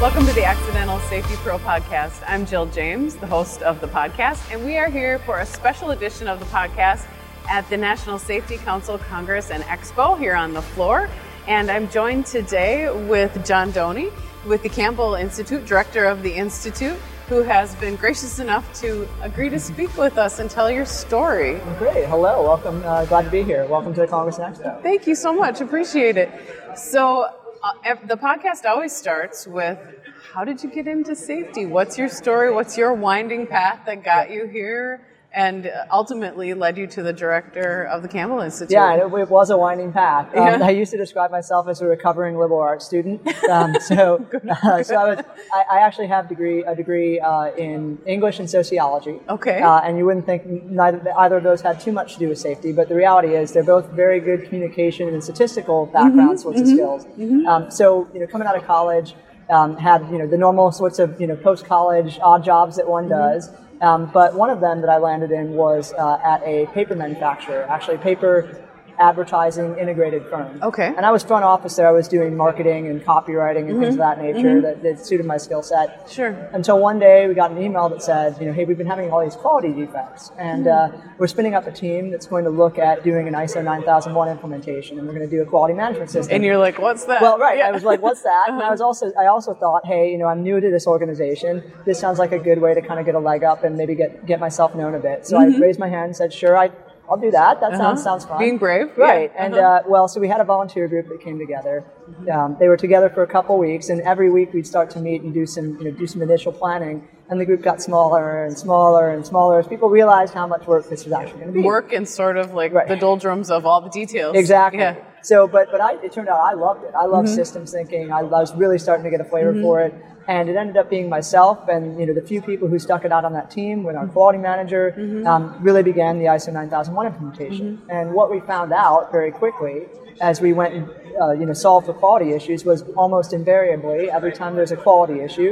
Welcome to the Accidental Safety Pro podcast. I'm Jill James, the host of the podcast, and we are here for a special edition of the podcast at the National Safety Council Congress and Expo here on the floor. And I'm joined today with John Doney with the Campbell Institute, director of the Institute, who has been gracious enough to agree to speak with us and tell your story. Great. Hello. Welcome. Uh, glad to be here. Welcome to the Congress and Expo. Thank you so much. Appreciate it. So, uh, ev- the podcast always starts with how did you get into safety? What's your story? What's your winding path that got you here and uh, ultimately led you to the director of the Campbell Institute? Yeah, and it, it was a winding path. Um, Yeah. I used to describe myself as a recovering liberal arts student. Um, so, uh, so I, was, I, I actually have degree a degree uh, in English and sociology. Okay. Uh, and you wouldn't think neither either of those had too much to do with safety, but the reality is they're both very good communication and statistical background sorts of skills. Um, so, you know, coming out of college, um, had you know the normal sorts of you know post college odd jobs that one does. Um, but one of them that I landed in was uh, at a paper manufacturer, actually a paper advertising integrated firm. Okay. And I was front office there. I was doing marketing and copywriting and things of that nature that, that suited my skill set Sure. until one day we got an email that said, you know, hey, we've been having all these quality defects, and uh, we're spinning up a team that's going to look at doing an ISO 9001 implementation, and we're going to do a quality management system. And you're like, what's that? well, right. Yeah. Uh-huh. I was like, "What's that?" And I was also, I also thought, "Hey, you know, I'm new to this organization. This sounds like a good way to kind of get a leg up and maybe get get myself known a bit." So I raised my hand, and said, "Sure, I, I'll do that. That sounds sounds fun." Mm-hmm. Uh-huh. Being brave, yeah. Uh-huh. Mm-hmm. right? And uh, well, so we had a volunteer group that came together. Um, they were together for a couple weeks, and every week we'd start to meet and do some, you know, do some initial planning. And the group got smaller and smaller and smaller as people realized how much work this was actually going to be. work and sort of like Right. the doldrums of all the details. Exactly. Yeah. Mm-hmm. So, but but I, it turned out I loved it. I love systems thinking. I, I was really starting to get a flavor for it, and it ended up being myself and you know the few people who stuck it out on that team with our Mm-hmm. quality manager um, really began the ISO 9001 implementation. Mm-hmm. And what we found out very quickly as we went and uh, you know solved the quality issues was almost invariably every time there's a quality issue,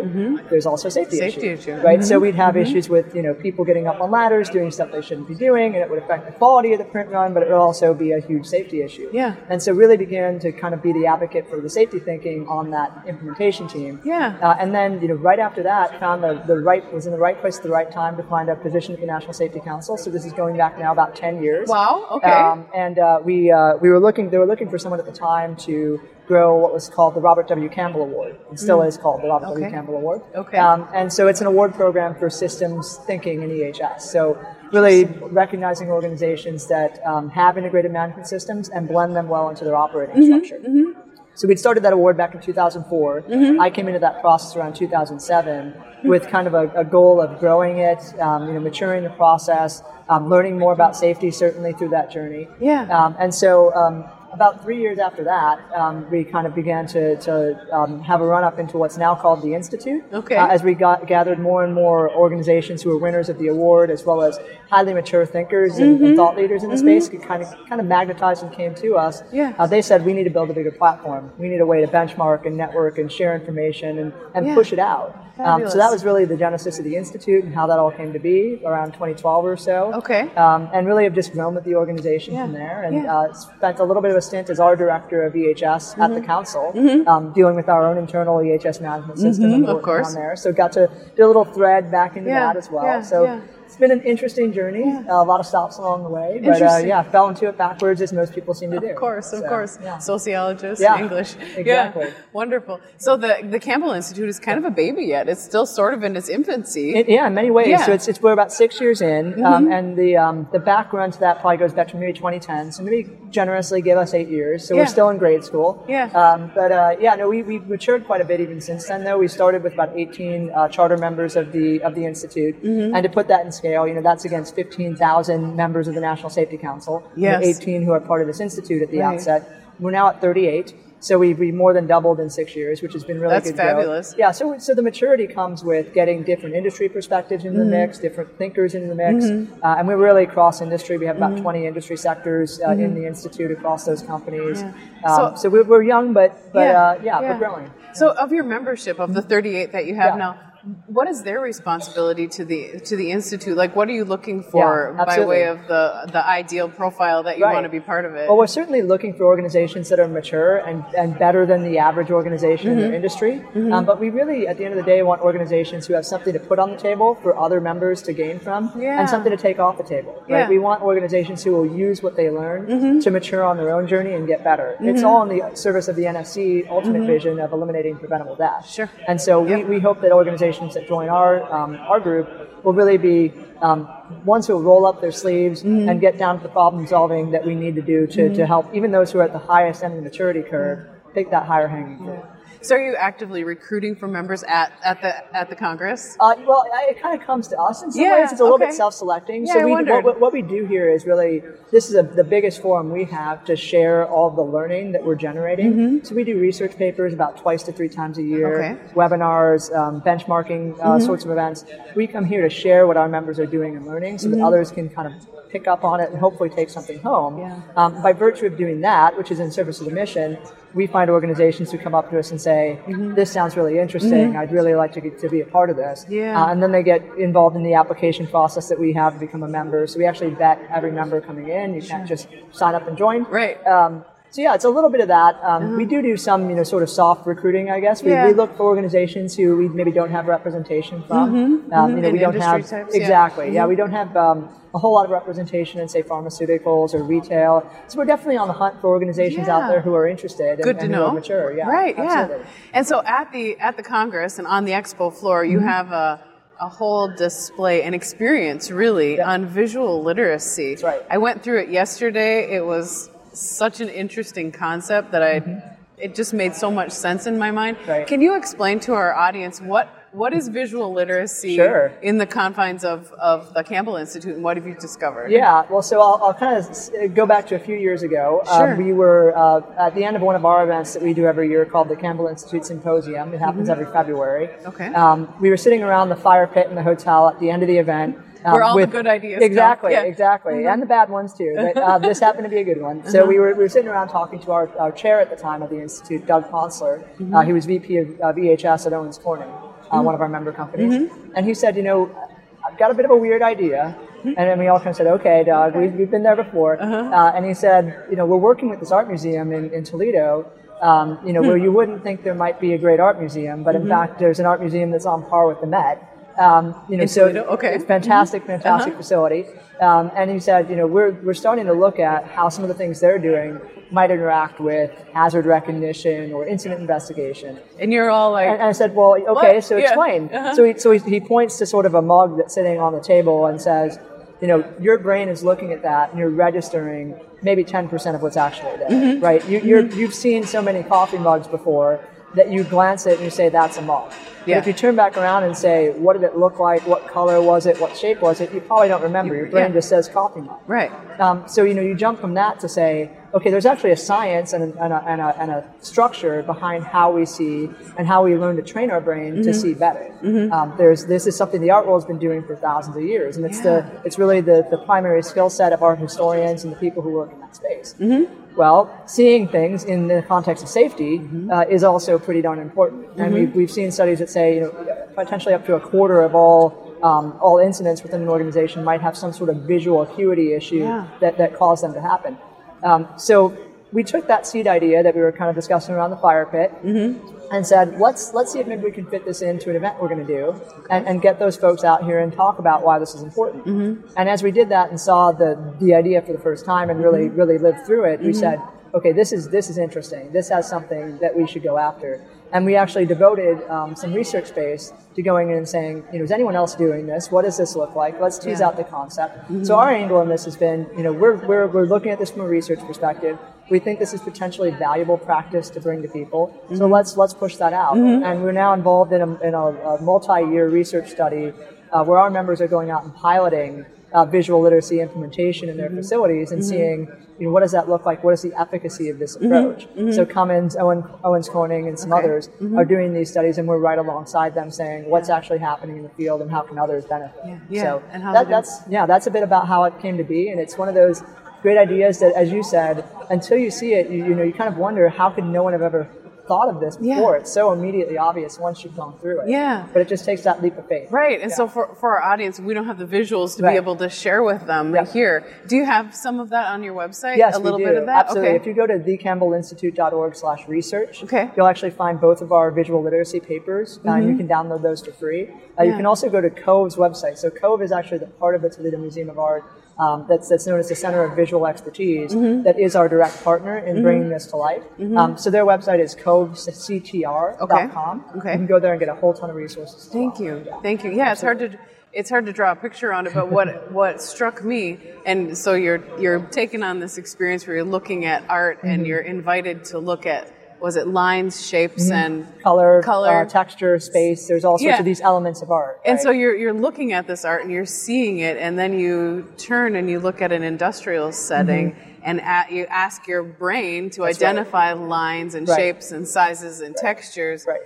there's also a safety, Mm-hmm. Safety issue. right? So we'd have Mm-hmm. issues with you know people getting up on ladders, doing stuff they shouldn't be doing, and it would affect the quality of the print run, but it would also be a huge safety issue. Yeah. And so really began to kind of be the advocate for the safety thinking on that implementation team. Yeah. Uh, and then you know right after that, found the, the right was in the right place at the right time to find a position at the National Safety Council. So this is going back now about ten years. Wow, okay. and uh, we uh, we were looking they were looking for someone at the time to grow what was called the Robert W. Campbell Award. It still is called the Robert Mm. W. Okay. Campbell. Campbell Award. Okay. Um, and so it's an award program for systems thinking in EHS. So really recognizing organizations that um, have integrated management systems and blend them well into their operating Mm-hmm. structure. So we'd started that award back in 2004. Mm-hmm. I came into that process around 2007 with kind of a, a goal of growing it, um, you know, maturing the process, um, learning more about safety certainly through that journey. Yeah. Um, and so um, about three years after that, um, we kind of began to, to um, have a run up into what's now called the Institute. Okay. Uh, as we got, gathered more and more organizations who were winners of the award, as well as highly mature thinkers and, Mm-hmm. and thought leaders in the space, could kind of kind of magnetized and came to us. Yeah. Uh, they said we need to build a bigger platform. We need a way to benchmark and network and share information and, and Yeah. push it out. Um, so that Fabulous. was really the genesis of the institute and how that all came to be around 2012 or so. Okay. Um, and really have just grown with the organization Yeah. from there and Yeah. uh, spent a little bit of a stint as our director of EHS at Mm-hmm. the council, um, dealing with our own internal EHS management system and Mm-hmm. of working course. on there. So got to do a little thread back into Yeah, that as well. yeah, so yeah. it's been an interesting journey, uh, a lot of stops along the way, but uh, Interesting. yeah, fell into it backwards as most people seem to do. Of course, of So, course. yeah. Sociologist, Yeah, English. exactly. Yeah, wonderful. So the, the Campbell Institute is kind of a baby yet. It's still sort of in its infancy. It, yeah, in many ways. Yeah. Mm-hmm. So it's, it's we're about six years in, um, and the um, the background to that probably goes back to maybe 2010. So maybe generously give us eight years. So Yeah. we're still in grade school. Yeah. Um, but uh, yeah, no, we we have matured quite a bit even since then. Though we started with about 18 uh, charter members of the of the institute, Mm-hmm. and to put that in scale, you know that's against 15,000 members of the National Safety Council. you know, Yes. 18 who are part of this institute at the Right. outset. We're now at 38. So we we more than doubled in six years, which has been really That's good growth. fabulous. Yeah, so so the maturity comes with getting different industry perspectives into Mm-hmm. the mix, different thinkers into the mix, uh, and we're really cross industry. We have about Mm-hmm. twenty industry sectors uh, in the institute across those companies. Yeah. Um, So- so, we're, we're young, but but uh, yeah, yeah. we're growing. So, of your membership of the 38 that you have Yeah. now, what is their responsibility to the to the institute? Like, what are you looking for Yeah, by way absolutely. of the the ideal profile that you Right. want to be part of it? Well, we're certainly looking for organizations that are mature and, and better than the average organization in their Mm-hmm. industry. Um, but we really, at the end of the day, want organizations who have something to put on the table for other members to gain from Yeah. and something to take off the table. Right? Yeah. We want organizations who will use what they learn to mature on their own journey and get better. It's all in the service of the NFC ultimate vision of eliminating preventable death. Sure. And so we, we hope that organizations that join our, um, our group will really be um, ones who will roll up their sleeves and get down to the problem solving that we need to do to, to help even those who are at the highest end of the maturity curve take that higher hanging fruit. so, are you actively recruiting for members at at the at the Congress? Uh, well, I- it kind of comes to us in some Yeah, ways. It's a little okay. bit self-selecting. Yeah, I so we, wondered. what, what- what we do here is really this is a, the biggest forum we have to share all the learning that we're generating. So we do research papers about twice to three times a year, Mm-hmm. Okay. Mm-hmm. webinars, um, benchmarking uh, sorts of events. We come here to share what our members are doing and learning, so Mm-hmm. that others can kind of pick up on it and hopefully take something home. Yeah. Um, by virtue of doing that, which is in service of the mission, we find organizations who come up to us and say, Mm-hmm. "This sounds really interesting. I'd really like to, get, to be a part of this." Yeah. Uh, and then they get involved in the application process that we have to become a member. So we actually vet every member coming in. You can't just sign up and join. Right. Um, so yeah, it's a little bit of that. Um, We do do some, you know, sort of soft recruiting, I guess. We, Yeah. we look for organizations who we maybe don't have representation from. Um, you know, In we don't Mm-hmm. industry have types, yeah. Mm-hmm. exactly. Yeah, we don't have um, a whole lot of representation in say pharmaceuticals or retail. So we're definitely on the hunt for organizations Yeah. out there who are interested and, Good to and who know. are mature. Yeah, right. absolutely. Yeah. And so at the at the Congress and on the expo floor, Mm-hmm. you have a a whole display and experience really on visual literacy. That's right. I went through it yesterday. It was such an interesting concept that I it just made so much sense in my mind. Mm-hmm. Right. Can you explain to our audience what what is visual literacy Sure. in the confines of, of the Campbell Institute and what have you discovered? Yeah, well, so I'll, I'll kind of go back to a few years ago. Sure. we were uh, at the end of one of our events that we do every year called the Campbell Institute Symposium. It happens every February. Mm-hmm. Okay. Um, we were sitting around the fire pit in the hotel at the end of the event. um, Where all the good ideas come. Exactly, Yeah. exactly. And the bad ones too, but uh, this happened to be a good one. Uh-huh. So we, were, we were sitting around talking to our, our chair at the time of the Institute, Doug Ponsler. Mm-hmm. Uh, he was VP of uh, VHS at Owens Corning, uh, one of our member companies. Mm-hmm. And he said, you know, I've got a bit of a weird idea. Mm-hmm. And then we all kind of said, okay, Doug, we've, we've been there before. Uh-huh. Uh, and he said, you know, we're working with this art museum in, in Toledo, um, you know, where Hmm. you wouldn't think there might be a great art museum, but in Mm-hmm. fact, there's an art museum that's on par with the Met. Um, you know, so Toledo? Okay. it's fantastic, fantastic facility. Um, and he said, you know, we're, we're starting to look at how some of the things they're doing might interact with hazard recognition or incident investigation. And you're all like And I said, well, okay, What? so Yeah. explain. Uh-huh. So, he, so he, he points to sort of a mug that's sitting on the table and says, you know, your brain is looking at that and you're registering maybe 10% of what's actually there, Mm-hmm. right? You, you're, You've seen so many coffee mugs before that you glance at it and you say, that's a mug. But Yeah. if you turn back around and say, what did it look like? What color was it? What shape was it? You probably don't remember. Your brain yeah. just says coffee mug. Right. Um, so you know you jump from that to say, okay, there's actually a science and a, and, a, and, a, and a structure behind how we see and how we learn to train our brain to see better. Um, there's this is something the art world's been doing for thousands of years, and it's the it's really the, the primary skill set of art historians and the people who work in that space. Well, seeing things in the context of safety uh, is also pretty darn important, and we've, we've seen studies that say you know potentially up to a quarter of all. Um, all incidents within an organization might have some sort of visual acuity issue Yeah. that, that caused them to happen. Um, so we took that seed idea that we were kind of discussing around the fire pit and said, let's let's see if maybe we can fit this into an event we're going to do and, and get those folks out here and talk about why this is important. And as we did that and saw the the idea for the first time and really really lived through it, we said, okay, this is this is interesting. This has something that we should go after. And we actually devoted um, some research space to going in and saying, you know, is anyone else doing this? What does this look like? Let's tease Yeah. out the concept. So our angle on this has been, you know, we're, we're, we're looking at this from a research perspective. We think this is potentially valuable practice to bring to people. So Mm-hmm. let's let's push that out. And we're now involved in a, in a, a multi-year research study uh, where our members are going out and piloting uh, visual literacy implementation in their Mm-hmm. facilities and seeing you know, what does that look like? What is the efficacy of this Mm-hmm. approach? So Cummins, Owen, Owens Corning, and some others Mm-hmm. are doing these studies, and we're right alongside them saying what's actually happening in the field and how can others benefit. Yeah. So And how that, they do- that's yeah, that's a bit about how it came to be, and it's one of those great ideas that, as you said, until you see it, you, you know, you kind of wonder how could no one have ever thought of this Yeah. before. It's so immediately obvious once you've gone through it. Yeah. But it just takes that leap of faith. Right, and so Yeah. for, for our audience, we don't have the visuals to Right. be able to share with them Yeah. here. Do you have some of that on your website? Yes, a little we do. bit of that. Absolutely. Okay. If you go to thecampbellinstitute.org slash research, Okay. Mm-hmm. you'll actually find both of our visual literacy papers. Uh, you can download those for free. Uh, You Yeah. can also go to Cove's website. So Cove is actually the part of the Toledo Museum of Art um, that's, that's known as the Center of Visual Expertise Mm-hmm. that is our direct partner in bringing this to life. Um, so their website is covectr.com. Okay. Okay. You can go there and get a whole ton of resources. as Thank well. you. Yeah. Thank you. Yeah, it's hard to it's hard to draw a picture on it, but what what struck me and so you're you're taking on this experience where you're looking at art Mm-hmm. and you're invited to look at was it lines, shapes Mm-hmm. and Color, Color. Uh, texture, space. There's all sorts Yeah. of these elements of art. and right? so you're, you're looking at this art and you're seeing it, and then you turn and you look at an industrial setting and at, you ask your brain to Mm-hmm. That's right. identify lines and Right. shapes and sizes and textures. Right.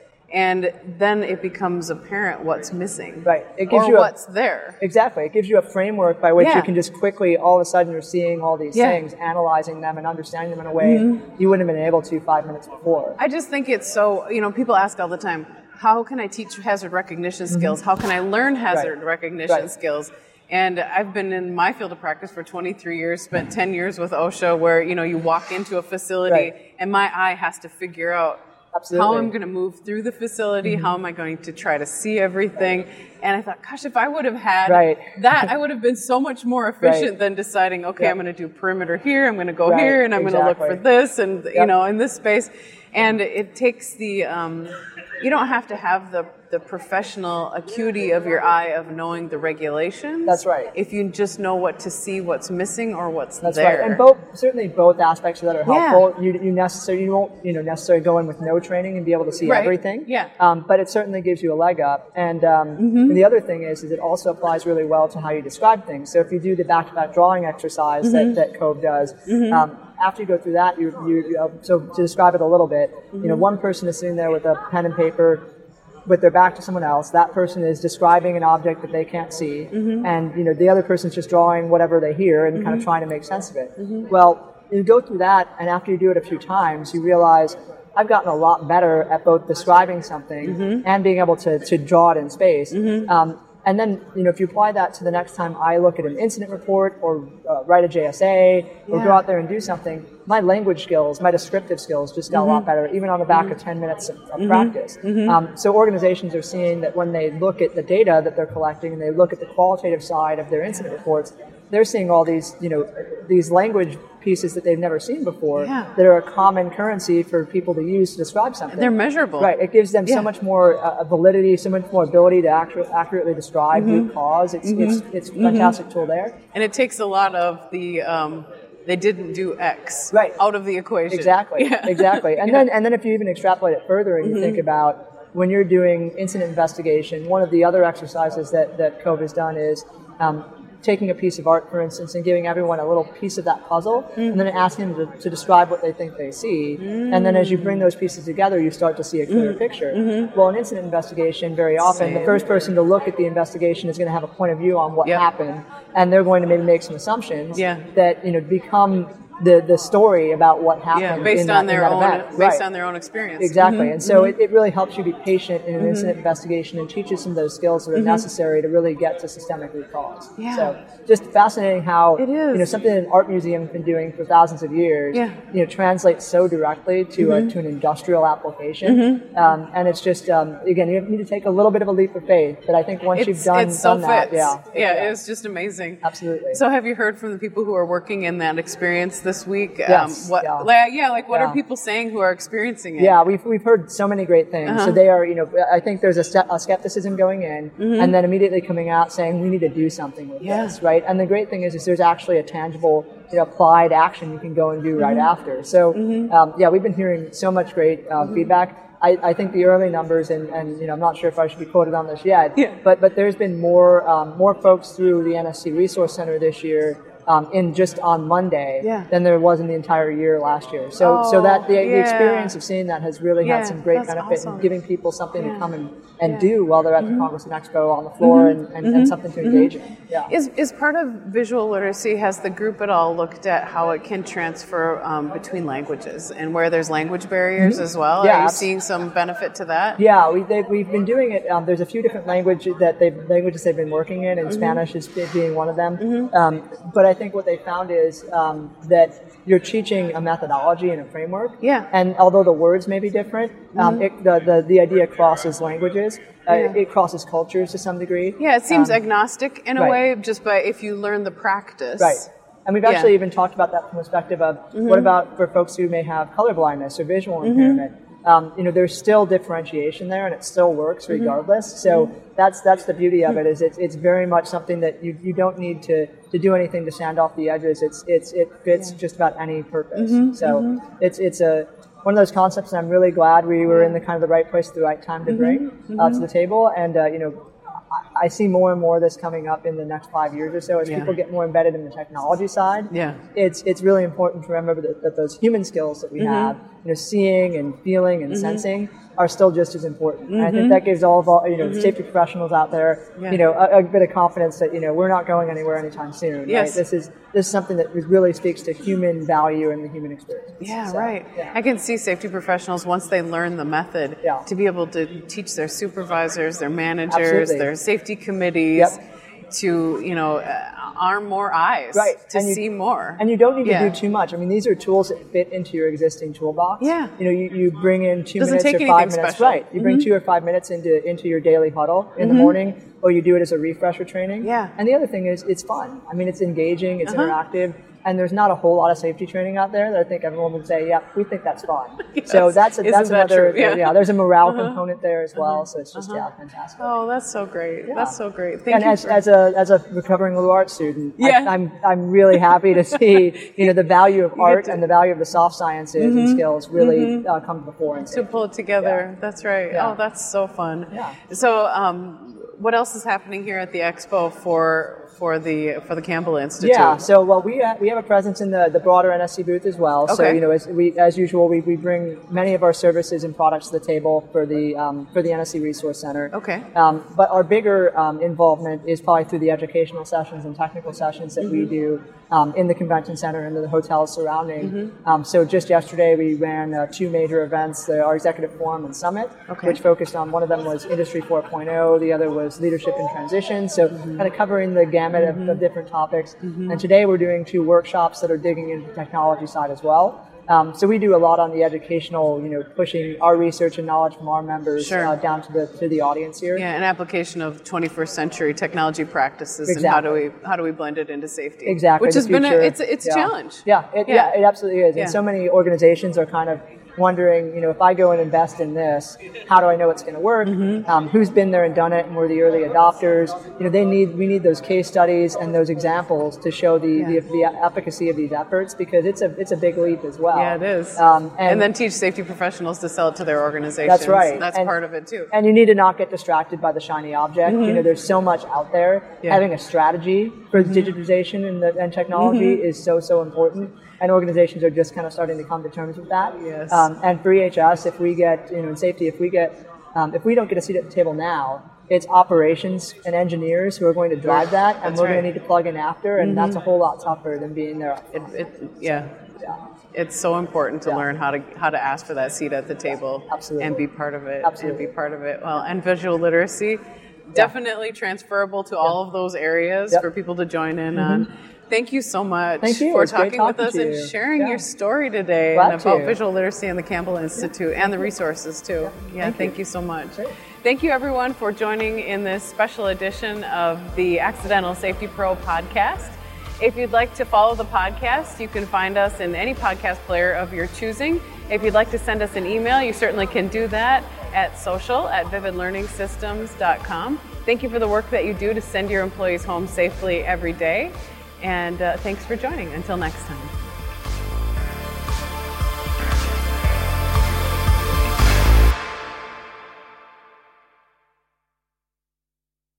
And then it becomes apparent what's missing. Right. It gives or you a- what's there. Exactly. It gives you a framework by which Yeah. you can just quickly, all of a sudden, you're seeing all these Yeah. Mm-hmm. things, analyzing them, and understanding them in a way you wouldn't have been able to five minutes before. I just think it's so, you know, people ask all the time, how can I teach hazard recognition skills? How can I learn hazard Mm-hmm. Right. recognition Right. skills? And I've been in my field of practice for 23 years, spent 10 years with OSHA, where, you know, you walk into a facility Right. and my eye has to figure out how Absolutely. Mm-hmm. I'm going to move through the facility, how am I going to try to see everything. And I thought, gosh, if I would have had Right. that, I would have been so much more efficient than deciding, okay, Yeah. I'm going to do perimeter here, I'm going to go Right, here, and I'm going to look for exactly. this this and you Yep. know in this space and it takes the um, you don't have to have the, the professional acuity of your eye of knowing the regulations That's right. if you just know what to see what's missing or what's That's there right. And both certainly both aspects of that are Yeah. helpful. You you necessarily you won't you know necessarily go in with no training and be able to see Right. everything. Yeah. Mm-hmm. Um, but it certainly gives you a leg up. And, um, and the other thing is, is it also applies really well to how you describe things. So if you do the back-to-back drawing exercise Mm-hmm. that, that Cove does, um, after you go through that, you, you, you uh, so to describe it a little bit, you Mm-hmm. know, one person is sitting there with a pen and paper with their back to someone else. That person is describing an object that they can't see, and you know the other person's just drawing whatever they hear and kind of trying to make sense of it. Well, you go through that, and after you do it a few times, you realize I've gotten a lot better at both describing something and being able to, to draw it in space. Um, and then, you know, if you apply that to the next time I look at an incident report or uh, write a JSA or go Yeah. out there and do something, my language skills, my descriptive skills just got a Mm-hmm. lot better, even on the back of 10 minutes of, of practice. Um, so organizations are seeing that when they look at the data that they're collecting and they look at the qualitative side of their incident reports, they're seeing all these, you know, these language pieces that they've never seen before Yeah. that are a common currency for people to use to describe something. they're measurable Right. It gives them Yeah. so much more uh, validity, so much more ability to actu- accurately describe root cause. It's, it's, it's a fantastic tool there. and it takes a lot of the um, they didn't do x Right. out of the equation Exactly. Yeah. Mm-hmm. Exactly. And then and then if you even extrapolate it further and you think about when you're doing incident investigation, one of the other exercises that that Cove has done is. Um, Taking a piece of art, for instance, and giving everyone a little piece of that puzzle, and then Mm-hmm. asking them to, to describe what they think they see. And then as you bring those pieces together, you start to see a clearer picture. Well, an incident investigation, very often, the Mm-hmm. Same. first person to look at the investigation is going to have a point of view on what Yep. happened, and they're going to maybe make some assumptions Yeah. that you know become the, the story about what happened yeah in based that- on in their that own event. based Right. on their own Mm-hmm. experience exactly and so it, it really helps you be patient Mm-hmm. in an incident investigation and teaches some of those skills that are necessary to really get to systemic root cause Yeah. so just fascinating how It is. you know something an art museum's been doing for thousands of years Yeah. Mm-hmm. you know translates so directly to a, to an industrial application um, and it's just um, again you need to take a little bit of a leap of faith but i think once it's, you've done, it's so done that fits. yeah yeah, it's just amazing. Absolutely. So, have you heard from the people who are working in that experience this week? Um, Yes, what, yeah. like, yeah, like what Yeah. are people saying who are experiencing it? Yeah, we've, we've heard so many great things. Uh-huh. So they are, you know, I think there's a, ste- a skepticism going in and then immediately coming out saying we need to do something with Mm-hmm. Yeah. this, right? And the great thing is, is there's actually a tangible, you know, applied action you can go and do right Mm-hmm. after. So um, yeah, we've been hearing so much great uh, Mm-hmm. feedback. I, I think the early numbers, and, and you know, I'm not sure if I should be quoted on this yet, Yeah. but but there's been more um, more folks through the NSC Resource Center this year um, in just on Monday Yeah. than there was in the entire year last year. So, Oh, so that the, the yeah. experience of seeing that has really Yeah, had some great that's benefit awesome. in giving people something Yeah. to come and, and Yeah. Mm-hmm. do while they're at the Congress and Expo on the floor and, and, and something to engage in. Yeah. Is, is part of visual literacy, has the group at all looked at how it can transfer um, between languages and where there's language barriers as well? Mm-hmm. Yeah, Are you abs- seeing some benefit to that? Yeah, we, they, we've been doing it. Um, there's a few different languages that they languages they've been working in, Mm-hmm. and Spanish is be- being one of them. Um, but I think what they found is um, that you're teaching a methodology and a framework. Yeah. Mm-hmm. And although the words may be different, um, it, the, the the idea crosses languages. Uh, Yeah. It crosses cultures to some degree. Yeah, it seems Um, agnostic in a right. way, just by if you learn the practice. Right. And we've Yeah. actually even talked about that from the perspective of what about for folks who may have color blindness or visual impairment? Um, you know, there's still differentiation there, and it still works regardless. So that's that's the beauty of it is it's, it's very much something that you, you don't need to, to do anything to sand off the edges. It's it's it fits just about any purpose. So it's it's a one of those concepts, and I'm really glad we were in the kind of the right place at the right time to bring Uh, to the table. And uh, you know, I- I see more and more of this coming up in the next five years or so as Yeah. people get more embedded in the technology side. Yeah. It's, it's really important to remember that, that those human skills that we Mm-hmm. have, you know, seeing and feeling and sensing are still just as important. And I think that gives all of our, you know, safety professionals out there, Mm-hmm. Yeah. you know, a, a bit of confidence that, you know, we're not going anywhere anytime soon. Yes. Right? This is, this is something that really speaks to human value and the human experience. Yeah, So, right. yeah. I can see safety professionals once they learn the method Yeah. to be able to teach their supervisors, their managers, Absolutely. their safety committees to, you know, uh, arm more eyes Right. to And you- see more. And you don't need Yeah. to do too much. I mean, these are tools that fit into your existing toolbox. Yeah. You know, you, you bring in 2 Doesn't minutes take or five anything minutes. special. Mm-hmm. Right. You bring two or five minutes into into your daily huddle in the morning, or you do it as a refresher training. Yeah. And the other thing is, it's fun. I mean, it's engaging. It's Uh-huh. interactive. And there's not a whole lot of safety training out there that I think everyone would say, "Yeah, we think that's fun." So Yes. that's a, Isn't that's that another true? Yeah. Uh-huh. there's a morale component there as well. So it's just yeah, fantastic. oh, that's so great. That's so great. Thank And you. as, for- as a as a recovering liberal arts student, Yeah. I, I'm I'm really happy to see you know the value of art to- and the value of the soft sciences and Mm-hmm. skills really uh, come to the fore. And to pull it together. That's right. Yeah. Oh, that's so fun. Yeah. So, um, what else is happening here at the expo for for the for the Campbell Institute? Yeah. So well, we ha- we have a presence in the, the broader NSC booth as well. So Okay. you know, as we as usual, we, we bring many of our services and products to the table for the um, for the NSC Resource Center. Okay. Um, but our bigger um, involvement is probably through the educational sessions and technical sessions that Mm-hmm. we do um, in the convention center and in the hotels surrounding. Mm-hmm. Um, so just yesterday, we ran uh, two major events: the, our executive forum and summit, Okay. which focused on one of them was Industry 4.0, the other was leadership and transition. So Mm-hmm. kind of covering the gamut of, of different topics. And today we're doing two workshops that are digging into the technology side as well. Um, so we do a lot on the educational, you know, pushing our research and knowledge from our members Sure. uh, down to the to the audience here. Yeah, an application of 21st century technology practices and how do we how do we blend it into safety? Exactly. Which the has been a, future. it's it's Yeah. a challenge. Yeah, it, Yeah. yeah. it absolutely is. Yeah. And so many organizations are kind of wondering, you know, if I go and invest in this, how do I know it's going to work? Mm-hmm. Um, who's been there and done it, and we're the early adopters. You know, they need we need those case studies and those examples to show the, Yeah. the, the efficacy of these efforts because it's a it's a big leap as well. Yeah, it is. Um, and, then teach safety professionals to sell it to their organizations. that's right. That's And- part of it too. And you need to not get distracted by the shiny object. You know, there's so much out there. Mm-hmm. Yeah. Mm-hmm. Having a strategy for digitization and, the, and technology is so so important. And organizations are just kind of starting to come to terms with that. Yes. Um, and for EHS, if we get you know in safety, if we get um, if we don't get a seat at the table now, it's operations and engineers who are going to drive that, and That's we're right. Mm-hmm. going to need to plug in after, and that's a whole lot tougher than being there. up It, front. it, yeah. Yeah. It's so important to Yeah. learn how to how to ask for that seat at the table Absolutely. and be part of it Absolutely. and be part of it. Well, and visual literacy definitely transferable to all of those areas Yep. Mm-hmm. for people to join in on. Thank you so much Thank you. for It's great talking with talking us to and you. sharing Yeah. your story today Glad and about to. visual literacy and the Campbell Institute and the resources too. Yeah, thank, Thank you. you. so much. Great. Thank you everyone for joining in this special edition of the Accidental Safety Pro podcast. If you'd like to follow the podcast, you can find us in any podcast player of your choosing. If you'd like to send us an email, you certainly can do that at social at vividlearningsystems.com. Thank you for the work that you do to send your employees home safely every day. And uh, thanks for joining. Until next time.